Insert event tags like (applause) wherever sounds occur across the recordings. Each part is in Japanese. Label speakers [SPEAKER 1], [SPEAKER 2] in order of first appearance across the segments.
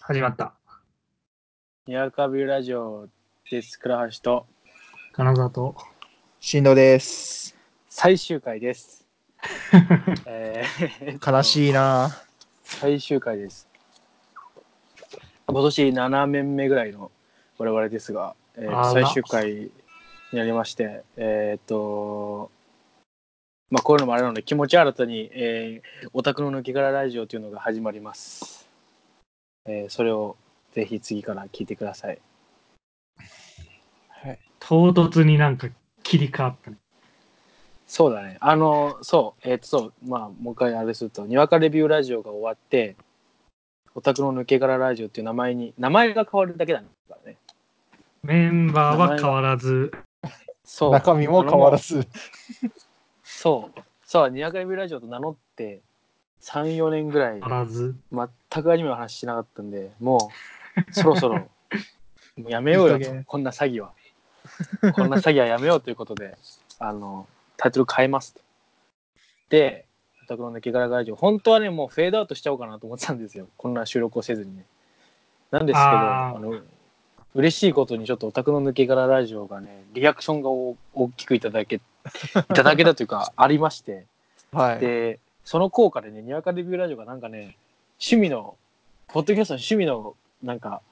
[SPEAKER 1] 始まった。
[SPEAKER 2] ニワカビラジオです。倉橋と
[SPEAKER 1] 金沢と。
[SPEAKER 3] しんどです。
[SPEAKER 2] 最終回です。えー
[SPEAKER 3] 悲しいなぁ。
[SPEAKER 2] 最終回です。今年7面目ぐらいの我々ですが、えー
[SPEAKER 1] あら
[SPEAKER 2] 最終回になりまして、えーっと、まあこういうのもあれなので気持ち新たに、えー、オタクの抜け殻ラジオというのが始まります。えーそれをぜひ次から聞いてください。
[SPEAKER 1] 唐突になんか切り替わったね。
[SPEAKER 2] そうだね。あの、そう、えっ、と、そう、まあ、もう一回あれすると、にわかレビューラジオが終わって、オタクの抜け殻ラジオっていう名前に、名前が変わるだけだからね。
[SPEAKER 1] メンバーは変わらず、
[SPEAKER 2] そう。
[SPEAKER 3] 中身も変わら
[SPEAKER 2] ず。
[SPEAKER 3] ず。
[SPEAKER 2] そう。そう、にわかレビューラジオと名乗って、3、4年ぐら
[SPEAKER 1] 変、
[SPEAKER 2] い
[SPEAKER 1] わらず。
[SPEAKER 2] 全くアニメの話しなかったんで、もう、そろそ
[SPEAKER 3] (laughs)
[SPEAKER 2] ろ、もうやめようよ
[SPEAKER 3] いい加減
[SPEAKER 2] と、こんな詐欺は。こんな詐欺はやめようということで、あの、タイトル変えますと。で、オタクの抜け殻ラジオ、本当はね、もうフェードアウトしちゃおうかなと思ってたんですよ。こんな収録をせずにね。なんですけど、
[SPEAKER 1] あ
[SPEAKER 2] あ
[SPEAKER 1] ー
[SPEAKER 2] の、嬉しいことにちょっとオタクの抜け殻ラジオがね、リアクションがお大きくいただけ、いただけたというか、ありまして、
[SPEAKER 3] はい。
[SPEAKER 2] で、その効果でね、にわかレビューラジオがなんかね、趣味の、ポッドキャストの趣味の、なんか、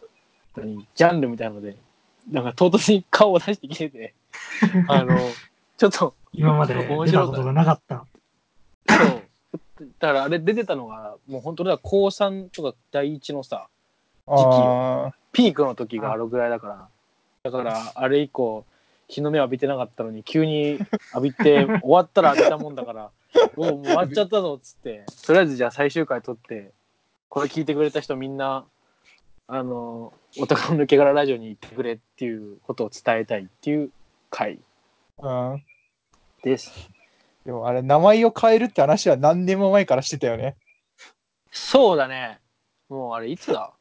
[SPEAKER 2] 何ジャンルみたいなので、なんか唐突に顔を出してきて
[SPEAKER 3] (laughs)
[SPEAKER 2] て、あの、ちょっと、
[SPEAKER 1] 今まで
[SPEAKER 2] 面
[SPEAKER 1] 出た
[SPEAKER 2] 白
[SPEAKER 1] こ
[SPEAKER 2] か
[SPEAKER 1] と
[SPEAKER 2] っ
[SPEAKER 1] がなかった。
[SPEAKER 2] たそうだからあれ出てたのが、もう本当だ、高3とか第一のさ、
[SPEAKER 3] ああ。
[SPEAKER 2] ピークの時があのぐらいだから、だからあれ以降、日の目浴びてなかったのに、急に浴びて、終わったら浴びたもんだから、 (laughs) おうもう終わっちゃったぞっつって、とりあえずじゃあ最終回撮って、これ聞いてくれた人みんな、あの、男の抜け殻ラジオに行ってくれっていうことを伝えたいっていう回
[SPEAKER 3] うん。
[SPEAKER 2] です。
[SPEAKER 3] でもあれ、名前を変えるって話は何年も前からしてたよね。
[SPEAKER 2] そうだね。もうあれ、いつだ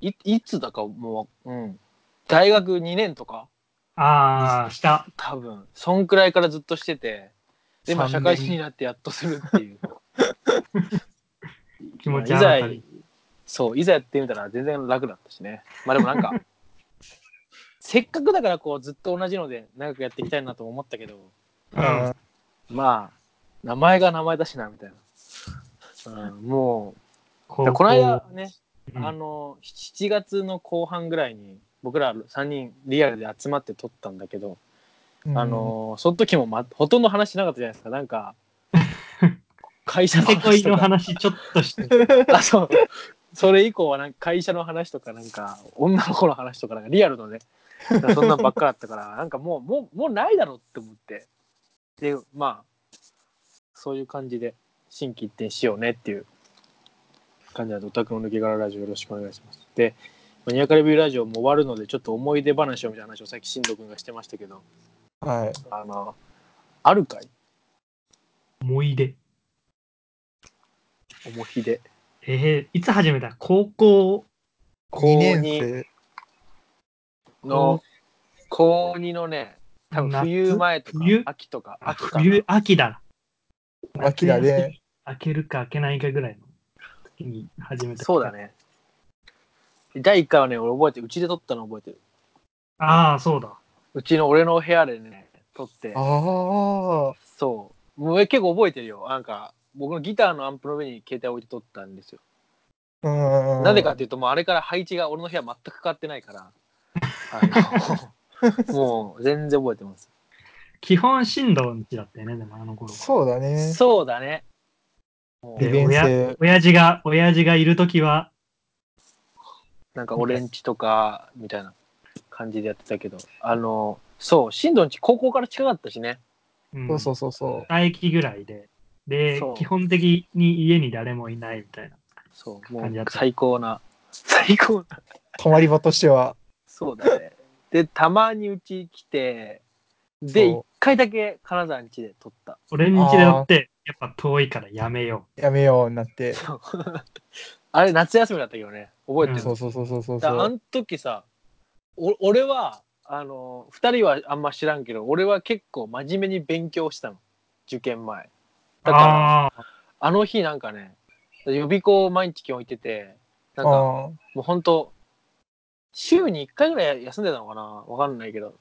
[SPEAKER 2] いいつだかもう、うん。大学2年とか
[SPEAKER 1] ああ、した。
[SPEAKER 2] 多分そんくらいからずっとしててでまあ
[SPEAKER 3] 三
[SPEAKER 2] 社
[SPEAKER 3] 年
[SPEAKER 2] 会人になってやっとするっていう
[SPEAKER 1] (laughs) 気持ち
[SPEAKER 2] まあ
[SPEAKER 1] 新
[SPEAKER 2] い
[SPEAKER 1] た
[SPEAKER 2] ざ
[SPEAKER 1] に。
[SPEAKER 2] そういざやってみたら全然楽だったしねまあでもな
[SPEAKER 1] (laughs)
[SPEAKER 2] んかせっかくだからこうずっと同じので長くやっていきたいなとも思ったけど
[SPEAKER 1] うん。
[SPEAKER 2] まあ名前が名前だしなみたいな、うん、もう
[SPEAKER 1] こ
[SPEAKER 2] だからこの間ね
[SPEAKER 1] うん
[SPEAKER 2] あの7月の後半ぐらいに僕ら3人リアルで集まって撮ったんだけど
[SPEAKER 3] うん
[SPEAKER 2] あ、のーその時も、ま、ほとんど話しなかったじゃないですか。なんか、会社の
[SPEAKER 1] せこい
[SPEAKER 2] 話と
[SPEAKER 1] の
[SPEAKER 2] か。
[SPEAKER 1] 話ちょっとして。
[SPEAKER 2] あ、そう。それ以降はなんか会社の話とか、なんか、女の子の話とか、なんかリアルのね、なんかそんなんばっかだったから、 (laughs) なんかもう、もう、もうないだろうって思って。で、まあ、そういう感じで、新規一転しようねっていう感じなので、オタクの抜け殻ラジオよろしくお願いします。で、マニアカレビューラジオも終わるので、ちょっと思い出話をみたいな話をさっき新藤君がしてましたけど、
[SPEAKER 3] はい。
[SPEAKER 2] あの、あるかい
[SPEAKER 1] 思い出。
[SPEAKER 2] 思い出。
[SPEAKER 1] えー、いつ始めた高校。
[SPEAKER 3] 2年生。
[SPEAKER 2] の高2のね、多分
[SPEAKER 1] 夏
[SPEAKER 2] 冬前とか
[SPEAKER 1] 冬、
[SPEAKER 2] 秋とか、秋かな
[SPEAKER 1] 冬、秋だ。
[SPEAKER 3] 秋だね。
[SPEAKER 1] 開けるか開けないかぐらいの時に始めた。
[SPEAKER 2] そうだ。ね。第1回はね、俺覚えてる、うちで撮ったの覚えてる。
[SPEAKER 1] ああ、そうだ。
[SPEAKER 2] うちの俺の部屋でね、撮って
[SPEAKER 3] あ、あ。
[SPEAKER 2] そう。もう俺結構覚えてるよ。なんか、僕のギターのアンプの上に携帯置いて撮ったんですよ。
[SPEAKER 3] うん。
[SPEAKER 2] なぜかっていうと、もうあれから配置が俺の部屋全く変わってないから、あ
[SPEAKER 3] (laughs)
[SPEAKER 2] のもう全然覚えてます。
[SPEAKER 1] 基本、進路のうちだったよね、でもあの頃は。
[SPEAKER 3] そうだね。
[SPEAKER 2] そうだね。もう
[SPEAKER 3] 利便性。
[SPEAKER 1] 親父が、親父がいるときは、
[SPEAKER 2] なんか俺んちとかみたいな感じでやってたけど、あの、そう、新藤んち高校から近かったしね。
[SPEAKER 1] うん、
[SPEAKER 3] そうそうそうそ
[SPEAKER 1] 唾液ぐらいで、で
[SPEAKER 2] そ、う
[SPEAKER 1] 基本的に家に誰もいないみたいな。
[SPEAKER 2] そう、も
[SPEAKER 1] 感じだっ
[SPEAKER 2] う
[SPEAKER 1] た
[SPEAKER 2] 最高な、最高な。
[SPEAKER 3] う。泊まり場としては。
[SPEAKER 2] そうだね。で、たまにうち来て、で、
[SPEAKER 3] そう
[SPEAKER 2] 一回だけ金沢んちで撮った。
[SPEAKER 1] 俺ん家で乗って、やっぱ遠いからやめよ
[SPEAKER 3] やめようになって。
[SPEAKER 2] そうあれ、夏休みだったけどね、覚えてる。
[SPEAKER 3] そうそうそうそうそう
[SPEAKER 2] だから
[SPEAKER 3] そ
[SPEAKER 2] あ
[SPEAKER 3] う。
[SPEAKER 2] ん時さ、お俺は、あの、二人はあんま知らんけど、俺は結構真面目に勉強したの。受験前。
[SPEAKER 1] う。
[SPEAKER 2] だから、
[SPEAKER 1] ああ、
[SPEAKER 2] あの日なんかね、予備校毎日基本行ってて、なんか、も
[SPEAKER 3] あ
[SPEAKER 2] う本当週に1回ぐらい休んでたのかなわかんないけど。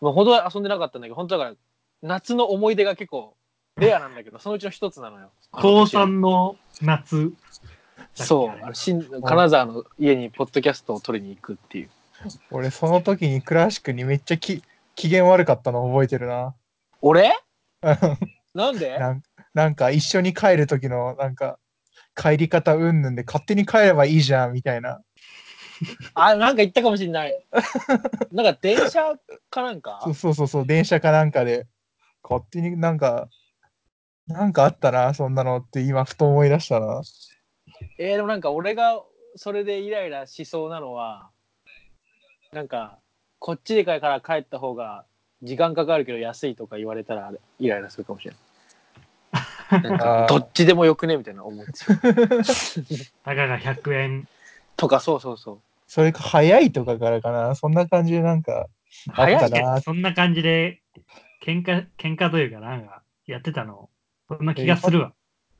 [SPEAKER 2] もうほど遊んでなかったんだけど、本当だから、夏の思い出が結構、レアなんだけど、そのうちの一つなのよ。
[SPEAKER 1] 高3の夏。
[SPEAKER 2] そう、あの新金沢の家にポッドキャストを取りに行くっていう。
[SPEAKER 3] 俺その時にクラシックにめっちゃき機嫌悪かったの覚えてるな。
[SPEAKER 2] 俺なんで
[SPEAKER 3] なんなんか一緒に帰る時のなんか帰り方うんぬんで勝手に帰ればいいじゃんみたいな。
[SPEAKER 2] あ、なんか言ったかもしれない。 (laughs) なんか電車かなんか
[SPEAKER 3] そうそうそうそう電車かなんかで勝手になんかなんかあったなそんなのって今ふと思い出したな。
[SPEAKER 2] えー、でもなんか俺がそれでイライラしそうなのは、なんか、こっちでから帰った方が時間かかるけど安いとか言われたらイライラするかもしれない。なんか
[SPEAKER 3] あー
[SPEAKER 2] どっちでもよくねみたいな思っちゃう。
[SPEAKER 1] たかが100円。
[SPEAKER 2] とか、そうそうそう。
[SPEAKER 3] それか早いとかからかなそんな感じでなんかあった
[SPEAKER 1] 確か
[SPEAKER 3] な
[SPEAKER 1] に。そんな感じで、喧嘩、喧嘩というかなんか、やってたの。そんな気がするわ。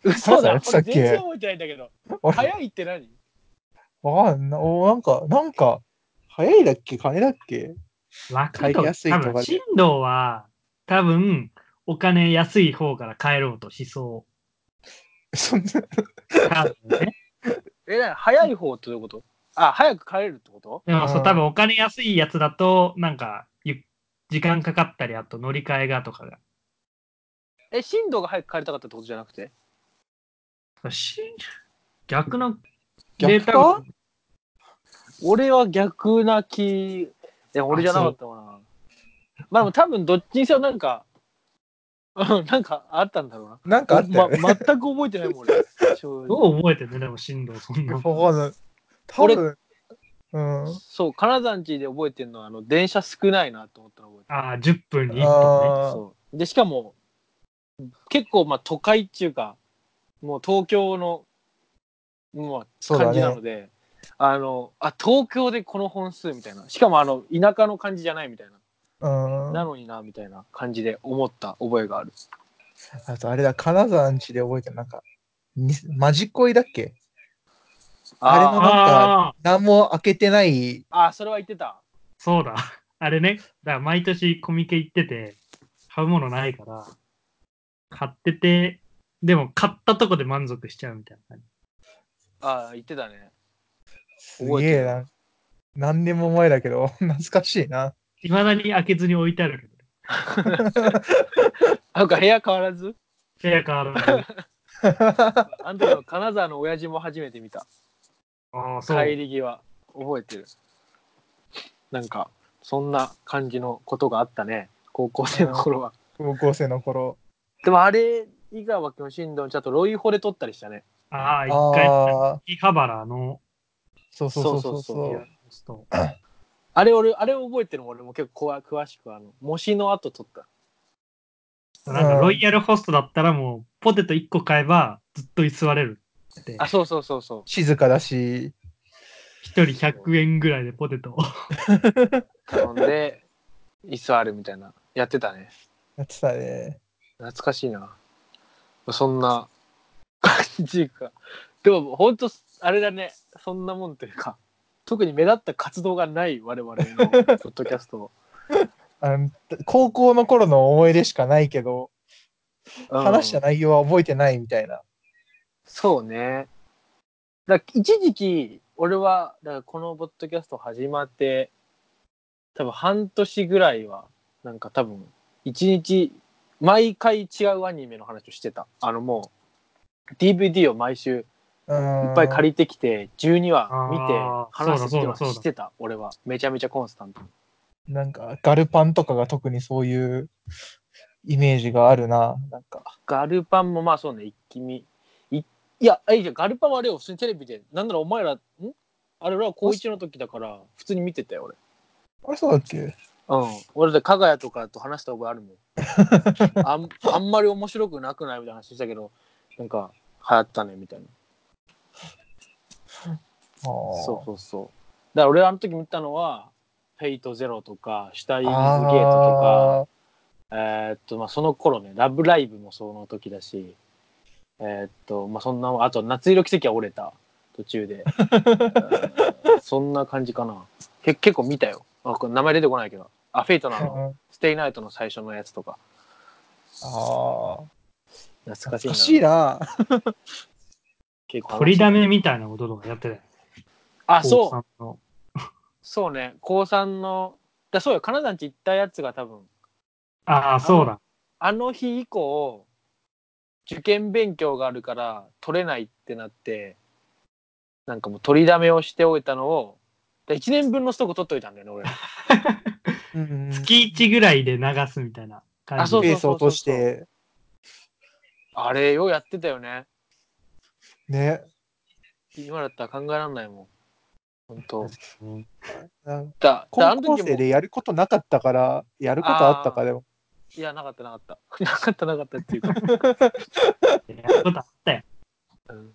[SPEAKER 2] 嘘だ。
[SPEAKER 3] やってたっけ
[SPEAKER 2] 俺全然覚えてないんだけど。
[SPEAKER 3] 俺
[SPEAKER 2] 早いって何
[SPEAKER 3] わかんな、おなんか、なんか、早いだっけ金だっけ
[SPEAKER 1] 楽
[SPEAKER 3] 帰りや
[SPEAKER 1] と、
[SPEAKER 3] すいと
[SPEAKER 1] 多
[SPEAKER 3] かで
[SPEAKER 1] 分、進藤は、多分、お金安い方から帰ろうとしそ
[SPEAKER 3] そんな、
[SPEAKER 1] う。多分ね。
[SPEAKER 2] え、なに早い方ってどういうことあ、早く帰れるってこと
[SPEAKER 1] でもそうう、
[SPEAKER 3] ん
[SPEAKER 1] 多分お金安いやつだと、なんか、ゆ時間かかったり、あと乗り換えがとかが。
[SPEAKER 2] え、進藤が早く帰りたかったってことじゃなくて
[SPEAKER 1] し逆の
[SPEAKER 3] 逆か
[SPEAKER 1] データが
[SPEAKER 2] 俺は逆な気、いや、俺じゃなかったかな。まあでも多分どっちにせよなんか、うんなんかあったんだろうな。
[SPEAKER 3] なんかあったよね。
[SPEAKER 2] ま、全く覚えてないもん、俺。
[SPEAKER 1] ど
[SPEAKER 2] 正直
[SPEAKER 1] う覚えてんね、でも進藤、そんな。
[SPEAKER 3] わかんない多分、うん。
[SPEAKER 2] そう、金沢んちで覚えてるのは、あの、電車少ないなと思ったの覚えて
[SPEAKER 1] ああ、10分に1本ね。
[SPEAKER 2] る。
[SPEAKER 3] あー
[SPEAKER 2] そう。で、しかも、結構、まあ、都会っていうか、もう東京の、まあ、
[SPEAKER 3] そうだね
[SPEAKER 2] 感じなので、あの、あ、東京でこの本数みたいな。しかも、あの、田舎の感じじゃないみたいな。
[SPEAKER 3] うん。
[SPEAKER 2] な
[SPEAKER 3] あ
[SPEAKER 2] のになみたいな感じで思った覚えがある。
[SPEAKER 3] とあれだ、金沢んちで覚えてる、なんか、にマジ恋だっけあれの
[SPEAKER 2] あー
[SPEAKER 3] なんか
[SPEAKER 1] ああ、
[SPEAKER 3] 何も開けてない、
[SPEAKER 2] あー、それは言ってた。
[SPEAKER 1] そうだ。あれね。だから毎年コミケ行ってて、買うものないから、買ってて、でも買ったとこで満足しちゃうみたいな感じ。
[SPEAKER 2] ああ、言ってたね。
[SPEAKER 3] す
[SPEAKER 2] 覚え
[SPEAKER 3] げ
[SPEAKER 2] て
[SPEAKER 3] え
[SPEAKER 2] る
[SPEAKER 3] な。何年も前だけど、 (laughs) 懐かしいな。 (laughs)
[SPEAKER 1] いまだに開けずに置いてあるけど。
[SPEAKER 2] なんか部屋変わらず
[SPEAKER 1] 部屋変わら
[SPEAKER 3] (laughs)
[SPEAKER 1] ない。
[SPEAKER 2] あの時の金沢の親父も初めて見た。
[SPEAKER 1] ああ、そう。
[SPEAKER 2] 帰り際、覚えてる。なんか、そんな感じのことがあったね。高校生の頃は。
[SPEAKER 3] 高校生の頃。
[SPEAKER 2] でもあれ以外は、新藤ちゃんとロイホで撮ったりしたね。
[SPEAKER 1] ああ、一回、
[SPEAKER 3] ああ、
[SPEAKER 1] 秋葉原の
[SPEAKER 3] そうそうそうそう
[SPEAKER 2] そう
[SPEAKER 3] そう。
[SPEAKER 1] そう
[SPEAKER 2] あれ俺、あれ覚えてるの俺も結構こわ詳しく、あの、模試の後撮った。
[SPEAKER 1] なんかロイヤルホストだったらもう、ポテト1個買えばずっと居座れるって。
[SPEAKER 2] あ、そうそうそうそう。
[SPEAKER 3] 静かだし、
[SPEAKER 1] 一人100円ぐらいでポテトを。
[SPEAKER 2] 頼んで、椅子あるみたいな。やってたね。
[SPEAKER 3] やってたね。
[SPEAKER 2] 懐かしいなそんな感じかでも本当あれだねそんなもんというか特に目立った活動がない我々のポッドキャスト
[SPEAKER 3] あの高校の頃の思い出しかないけど、話した
[SPEAKER 2] うん
[SPEAKER 3] 内容は覚えてないみたいな。
[SPEAKER 2] そうねだから一時期俺はだからこのポッドキャスト始まって多分半年ぐらいはなんか多分一日毎回違うアニメの話をしてたあのもう DVD を毎週
[SPEAKER 3] うん
[SPEAKER 2] いっぱい借りてきて、12話見て
[SPEAKER 1] あー、
[SPEAKER 2] 話すっていうのは
[SPEAKER 1] そうだそうだそうだ
[SPEAKER 2] してた、俺は。めちゃめちゃコンスタントに。
[SPEAKER 3] なんか、ガルパンとかが特にそういうイメージがあるな。なんか、
[SPEAKER 2] ガルパンもまあそうね、一気見。いいや、えいじゃんガルパンはあれよ、普通にテレビで。なんならお前ら、んあれ俺は高一の時だから、普通に見てたよ、俺。
[SPEAKER 3] あれそうだっけ
[SPEAKER 2] うん。俺で、加賀谷とかと話した覚えあるもん。
[SPEAKER 1] (laughs)
[SPEAKER 2] あんあんまり面白くなくないみたいな話したけど、なんか、流行ったね、みたいな。そう
[SPEAKER 3] そ
[SPEAKER 2] そうそう。だから俺あの時見たのは、フェイトゼロとか、シュタインズゲートとか、えーっと、まあ、その頃ね、ラブライブもその時だし、えーっと、まあ、そんな、あと、夏色奇跡は折れた。途中
[SPEAKER 3] (laughs)
[SPEAKER 2] でうんそんな感じかなけ結構見たよあこれ名前出てこないけどアフェイトのあの
[SPEAKER 3] あ
[SPEAKER 2] ステイナイトの最初のやつとか
[SPEAKER 3] あ
[SPEAKER 2] 懐かしいな
[SPEAKER 3] 懐かしいな
[SPEAKER 2] 結構
[SPEAKER 1] 取りだめみたいなこととかやってたよ。
[SPEAKER 2] あそ
[SPEAKER 1] う。
[SPEAKER 2] う
[SPEAKER 1] の
[SPEAKER 2] そうね高三のだそうよカナダんち行ったやつが多分
[SPEAKER 1] ああ、そうだ。
[SPEAKER 2] あの日以降受験勉強があるから取れないってなってなんかもう取りだめをしておいたのを1年分のストック取っといたんだよね
[SPEAKER 3] (laughs)
[SPEAKER 2] 俺
[SPEAKER 1] 月1ぐらいで流すみたいな感じ。
[SPEAKER 2] あそう
[SPEAKER 3] ペース落として
[SPEAKER 2] あれようやってたよね
[SPEAKER 3] ね
[SPEAKER 2] 今だったら考えられないもん本当
[SPEAKER 1] うん
[SPEAKER 3] なん
[SPEAKER 2] だだあ
[SPEAKER 3] 高
[SPEAKER 2] の
[SPEAKER 3] 校
[SPEAKER 2] 時
[SPEAKER 3] 生
[SPEAKER 2] も
[SPEAKER 3] でやることなかったからやることあったかでも
[SPEAKER 2] いやなかったなかった (laughs) なかったなかったっていうか、 (laughs)
[SPEAKER 1] やることあったよ。
[SPEAKER 2] うん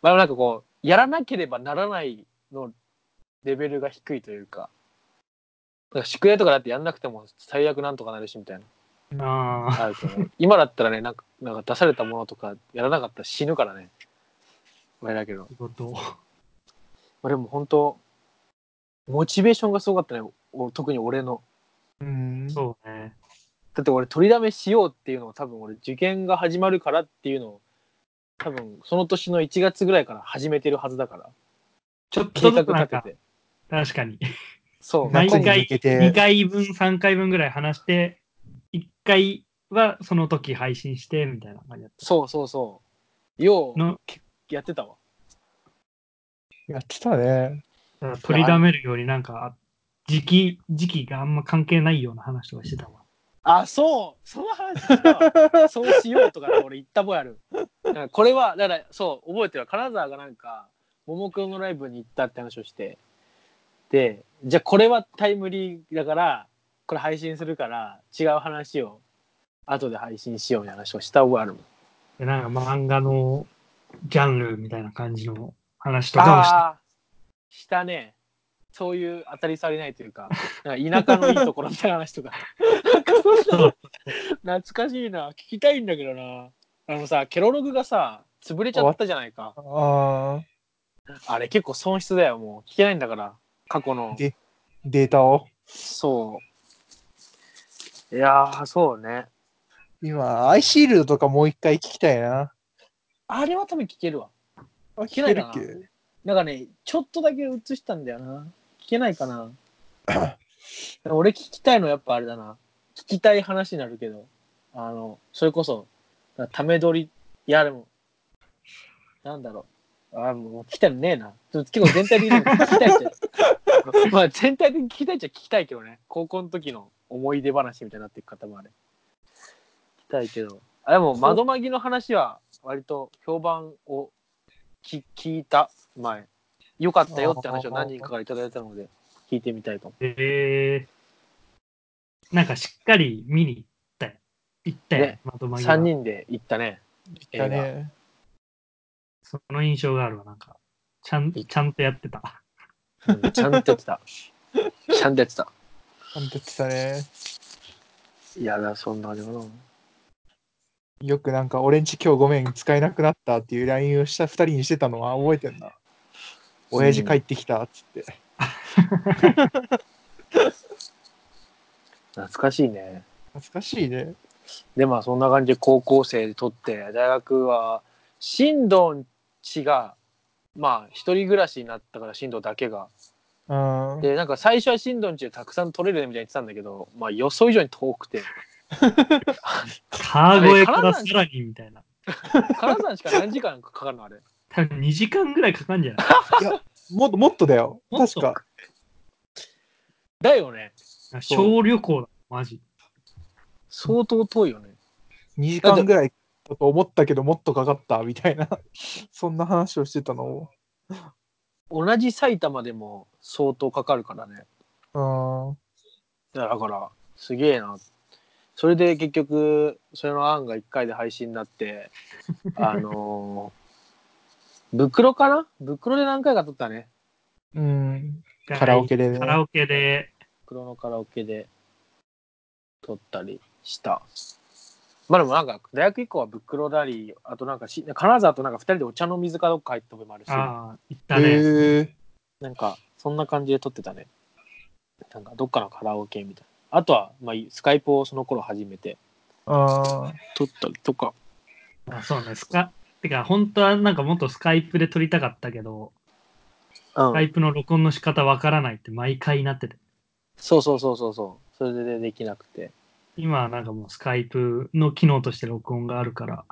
[SPEAKER 2] まあなんかこうやらなければならないのレベルが低いというかなんか宿題とかだってやんなくても最悪なんとかなるしみたいな
[SPEAKER 1] あ
[SPEAKER 2] あるけど今だったらねなんかなんか出されたものとかやらなかったら死ぬからね俺だけど
[SPEAKER 1] あ、仕事を。
[SPEAKER 2] まあでも本当モチベーションがすごかったねお特に俺の
[SPEAKER 3] うん
[SPEAKER 1] そうね。
[SPEAKER 2] だって俺取りだめしようっていうのを多分俺受験が始まるからっていうのを多分その年の1月ぐらいから始めてるはずだから
[SPEAKER 1] ちょっと
[SPEAKER 2] 計
[SPEAKER 1] ず
[SPEAKER 2] 画
[SPEAKER 1] つなん
[SPEAKER 2] 立て
[SPEAKER 1] か、
[SPEAKER 2] て
[SPEAKER 1] 確かに。
[SPEAKER 2] そう
[SPEAKER 1] 毎
[SPEAKER 3] 夏に
[SPEAKER 1] 回
[SPEAKER 3] 向けて
[SPEAKER 1] 2回分、3回分ぐらい話して、1回はその時配信して、みたいな感じだっ
[SPEAKER 2] そうそうそうよ
[SPEAKER 1] た。の
[SPEAKER 2] うやってたわ
[SPEAKER 3] やってたね
[SPEAKER 1] だから取りだめるよりなんか、時期、時期があんま関係ないような話とかしてたわ。
[SPEAKER 2] あそうその話したわそうしようとかって俺言ったぼやる。だからこれは、だからそう、覚えてるわ。金沢がなんか、ももくんのライブに行ったって話をして、で、じゃあこれはタイムリーだから、これ配信するから、違う話を、後で配信しようみたいな話をした覚えあるもん。
[SPEAKER 1] でなんか漫画のジャンルみたいな感じの話とかをして。
[SPEAKER 2] ああ、したね。そういう当たり障りないというか、なんか田舎のいいところみたいな話
[SPEAKER 1] (laughs)
[SPEAKER 2] とか。なんかそんな懐かしいな。聞きたいんだけどな。あのさ、ケロログがさ、潰れちゃったじゃないか。
[SPEAKER 3] ああ
[SPEAKER 2] あれ結構損失だよ、もう。聞けないんだから、過去の。
[SPEAKER 3] でデータを
[SPEAKER 2] そう。いやー、そうね。
[SPEAKER 3] 今アイシールドとかもう一回聞きたいな
[SPEAKER 2] あれは多分聞けるわ。
[SPEAKER 3] あ
[SPEAKER 2] 聞け
[SPEAKER 3] 聞
[SPEAKER 2] ない
[SPEAKER 3] け
[SPEAKER 2] か
[SPEAKER 3] る
[SPEAKER 2] な
[SPEAKER 3] っけ
[SPEAKER 2] なんかね、ちょっとだけ映したんだよな。聞けないかな。俺聞きたいのやっぱあれだな。聞きたい話になるけど、あの、それこそ、ため撮り、いやでも、なんだろう。あもう聞きたいのねえな。ちょっと結構全体的に (laughs) 聞きたいっちゃ。まあ全体的に聞きたいっちゃ聞きたいけどね。高校の時の思い出話みたいになっていく方もあれ。聞きたいけど。あ、でも窓まぎの話は割と評判を聞聞いた前。良かったよって話を何人かからいただいたので、聞いてみたいかも。
[SPEAKER 1] えー、なんかしっかり見に行ったよ。行ったよ、
[SPEAKER 2] ね
[SPEAKER 1] まとまりは
[SPEAKER 2] 3人で行ったね。映
[SPEAKER 3] だ
[SPEAKER 2] 画
[SPEAKER 3] ね
[SPEAKER 1] その印象があるわ、なんか。ちゃんちゃんとやってた。
[SPEAKER 2] うんちゃんとやってた。ちゃんとやってた。
[SPEAKER 3] 完璧だね
[SPEAKER 2] いやだ、そんなあれかな。
[SPEAKER 3] よくなんか「俺んち今日ごめん使えなくなった」っていう LINE をした2人にしてたのは覚えてんな親父帰ってきたっつって、
[SPEAKER 2] 懐かしいね。
[SPEAKER 3] 懐かしいね
[SPEAKER 2] で、まあそんな感じで高校生で撮って、大学は、新藤ちが、まあ一人暮らしになったから新藤だけが。
[SPEAKER 3] うん
[SPEAKER 2] で、なんか最初は新藤んちでたくさん撮れるねみたいに言ってたんだけど、まあ予想以上に遠くて、
[SPEAKER 1] 川越からさらにみたいな。
[SPEAKER 2] 金沢にしか何時間かかるのあれ。
[SPEAKER 1] 多分2時間ぐらいかかんじゃ
[SPEAKER 3] (laughs)
[SPEAKER 1] ない
[SPEAKER 3] もっともっとだよ
[SPEAKER 1] もっ
[SPEAKER 3] 確
[SPEAKER 1] と
[SPEAKER 3] か
[SPEAKER 2] だよね。
[SPEAKER 1] 小旅行だ、マジ。
[SPEAKER 2] 相当遠いよね。
[SPEAKER 3] 2時間ぐらいだと思ったけどもっとかかったみたいな (laughs) そんな話をしてたのを
[SPEAKER 2] 同じ埼玉でも相当かかるからね。
[SPEAKER 3] うん
[SPEAKER 2] だから、すげえな。それで結局、それの案が1回で配信になって、あのー、袋かな袋で何回か撮ったね。
[SPEAKER 3] うんカラオケでね
[SPEAKER 1] カラオケで、
[SPEAKER 2] 袋のカラオケで撮ったりした。まあでもなんか、大学以降はブックロダリー、あとなんかし、金沢となんか二人でお茶の水かどっか入った覚えもあるし、
[SPEAKER 1] ああ、行った
[SPEAKER 3] へ
[SPEAKER 1] ね。
[SPEAKER 3] え
[SPEAKER 2] なんか、そんな感じで撮ってたね。なんか、どっかのカラオケみたいな。あとは、まあ、スカイプをその頃始めて
[SPEAKER 3] ああ
[SPEAKER 2] 撮ったりとか。
[SPEAKER 1] あそうね、スカ。てか、本当はなんかもっとスカイプで撮りたかったけど、
[SPEAKER 2] う
[SPEAKER 1] スカ
[SPEAKER 2] ん。
[SPEAKER 1] イプの録音の仕方わからないって毎回なってて。
[SPEAKER 2] そうそうそうそうそう。それでできなくて、
[SPEAKER 1] 今はなんかもうスカイプの機能として録音があるから、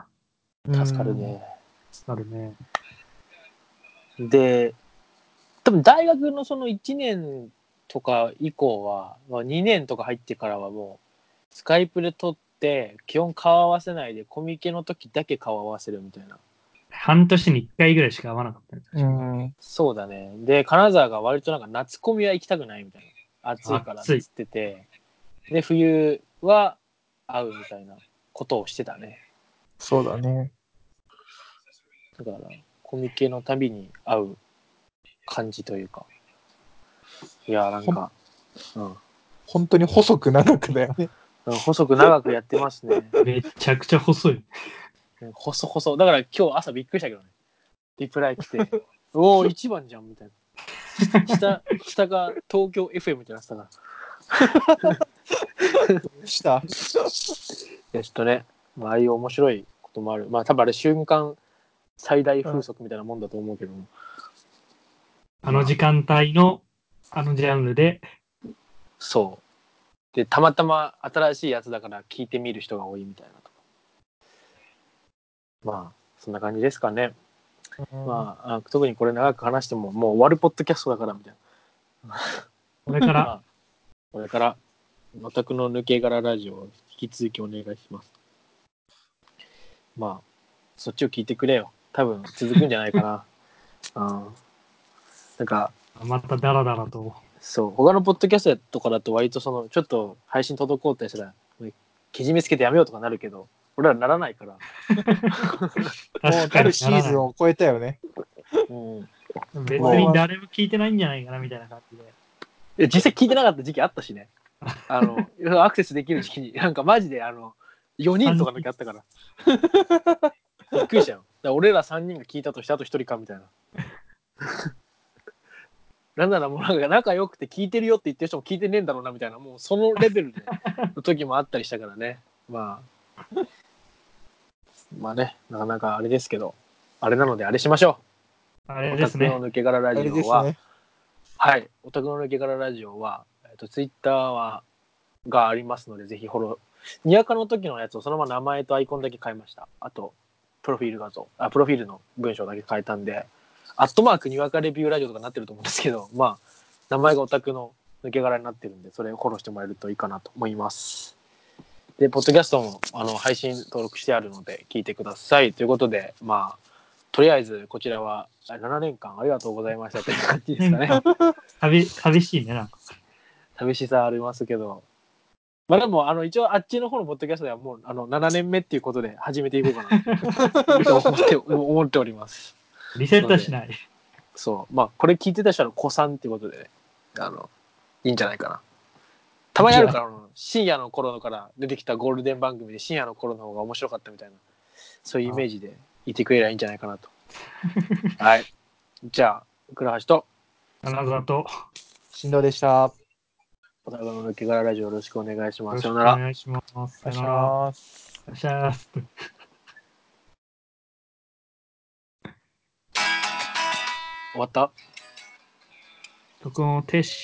[SPEAKER 3] うん
[SPEAKER 2] 助かるね。
[SPEAKER 1] あるね。
[SPEAKER 2] で、多分大学のその1年とか以降は、まあ、2年とか入ってからはもう、スカイプで撮って、基本顔合わせないで、コミケの時だけ顔合わせるみたいな。
[SPEAKER 1] 半年に1回ぐらいしか会わなかったね。
[SPEAKER 3] うん
[SPEAKER 2] そうだね。で、金沢が割となんか夏コミは行きたくないみたいな。暑いからっ
[SPEAKER 1] 暑
[SPEAKER 2] つ
[SPEAKER 1] い
[SPEAKER 2] ってて。で、冬は会うみたいなことをしてたね。
[SPEAKER 3] そうだね
[SPEAKER 2] だから、コミケのたびに会う感じというか。いや、なんか、うん。
[SPEAKER 3] 本当に細く長くだよね
[SPEAKER 2] うん細く長くやってますね。
[SPEAKER 1] めちゃくちゃ細い。
[SPEAKER 2] うん細細。だから今日朝びっくりしたけどね。リプライ来て。おお、一番じゃんみたいな。下、下が東京 FM みたいになってたから。
[SPEAKER 3] した
[SPEAKER 2] いや、ちょっとね、まあ、ああいう面白いこともある。まあ、多分あれ、瞬間最大風速みたいなもんだと思うけども。
[SPEAKER 1] あの時間帯の、あのジャンルで、
[SPEAKER 2] そう。で、たまたま新しいやつだから聞いてみる人が多いみたいなとか。まあ、そんな感じですかね。まあ、あ特にこれ長く話しても、もう終わるポッドキャストだからみたい
[SPEAKER 1] これか
[SPEAKER 2] な。
[SPEAKER 1] ら
[SPEAKER 2] (laughs) まあ、これから、お宅の抜け殻ラジオを引き続きお願いします。まあ、そっちを聞いてくれよ。多分続くんじゃない (laughs) かな。うん。なんか、
[SPEAKER 1] またダラダラと。
[SPEAKER 2] そう、他のポッドキャストとかだと割とその、ちょっと配信滞ったりしたら、けじめつけてやめようとかなるけど、俺らならないから。
[SPEAKER 3] もう
[SPEAKER 1] 確か
[SPEAKER 3] な
[SPEAKER 1] に
[SPEAKER 3] るシーズンを超えたよね
[SPEAKER 2] うん。
[SPEAKER 1] 別に誰も聞いてないんじゃないかなみたいな感じで。
[SPEAKER 2] え実際聞いてなかった時期あったしね。あの、 (laughs) アクセスできる時期に、なんかマジであの、4人とかの時あったから。びっくりしたよ。だから俺ら3人が聞いたとして、あと1人かみたいな。なんならもうなんか仲良くて聞いてるよって言ってる人も聞いてねえんだろうなみたいな、もうそのレベルでの時もあったりしたからね。まあ。まあね、なかなかあれですけど、あれなのであれしましょ
[SPEAKER 1] あ
[SPEAKER 2] う。
[SPEAKER 1] れです
[SPEAKER 2] オタク
[SPEAKER 1] ね。
[SPEAKER 2] の抜け殻
[SPEAKER 3] あ
[SPEAKER 2] ラジ
[SPEAKER 3] れ
[SPEAKER 2] オ
[SPEAKER 3] です
[SPEAKER 2] は、
[SPEAKER 3] ね
[SPEAKER 2] はい、オタクの抜け殻ラジオは、えっとツイッターはがありますので、ぜひフォロー。にわかの時のやつをそのまま名前とアイコンだけ変えました。あと、プロフィール画像、あ、プロフィールの文章だけ変えたんで、アットマークにわかレビューラジオとかなってると思うんですけど、まあ、名前がオタクの抜け殻になってるんで、それをフォローしてもらえるといいかなと思います。で、ポッドキャストもあの配信登録してあるので、聞いてください。ということで、まあ、とりあえずこちらはあ7年間ありがとうございましたという感じですかね。
[SPEAKER 1] 寂寂しいね、なんか。
[SPEAKER 2] 寂しさありますけど。まあでも、あの、一応、あっちの方のポッドキャストでは、もう、あの、7年目っていうことで始めていこうか
[SPEAKER 1] (laughs)
[SPEAKER 2] なと思って、思っております。
[SPEAKER 1] リセットしない。
[SPEAKER 2] そう。まあ、これ聞いてた人は、子さんっていうことでね、あの、いいんじゃないかな。たまにあるから、あの深夜の頃から出てきたゴールデン番組で、深夜の頃の方が面白かったみたいな、そういうイメージでいてくれりゃいいんじゃないかなと。はい。じゃあ、倉橋と、
[SPEAKER 1] 金沢と。よ
[SPEAKER 3] 振動でした
[SPEAKER 2] お互いの抜け殻ラジオよろしくお願いしま
[SPEAKER 1] ろ
[SPEAKER 2] す。
[SPEAKER 1] し
[SPEAKER 2] さ
[SPEAKER 1] く
[SPEAKER 2] よ
[SPEAKER 1] お
[SPEAKER 2] なら。
[SPEAKER 1] 願いします。
[SPEAKER 3] お
[SPEAKER 1] さ
[SPEAKER 3] 願い
[SPEAKER 1] よ
[SPEAKER 3] し
[SPEAKER 1] なら。
[SPEAKER 3] ます
[SPEAKER 1] お願いします。
[SPEAKER 2] 終わった
[SPEAKER 1] 録音を停止。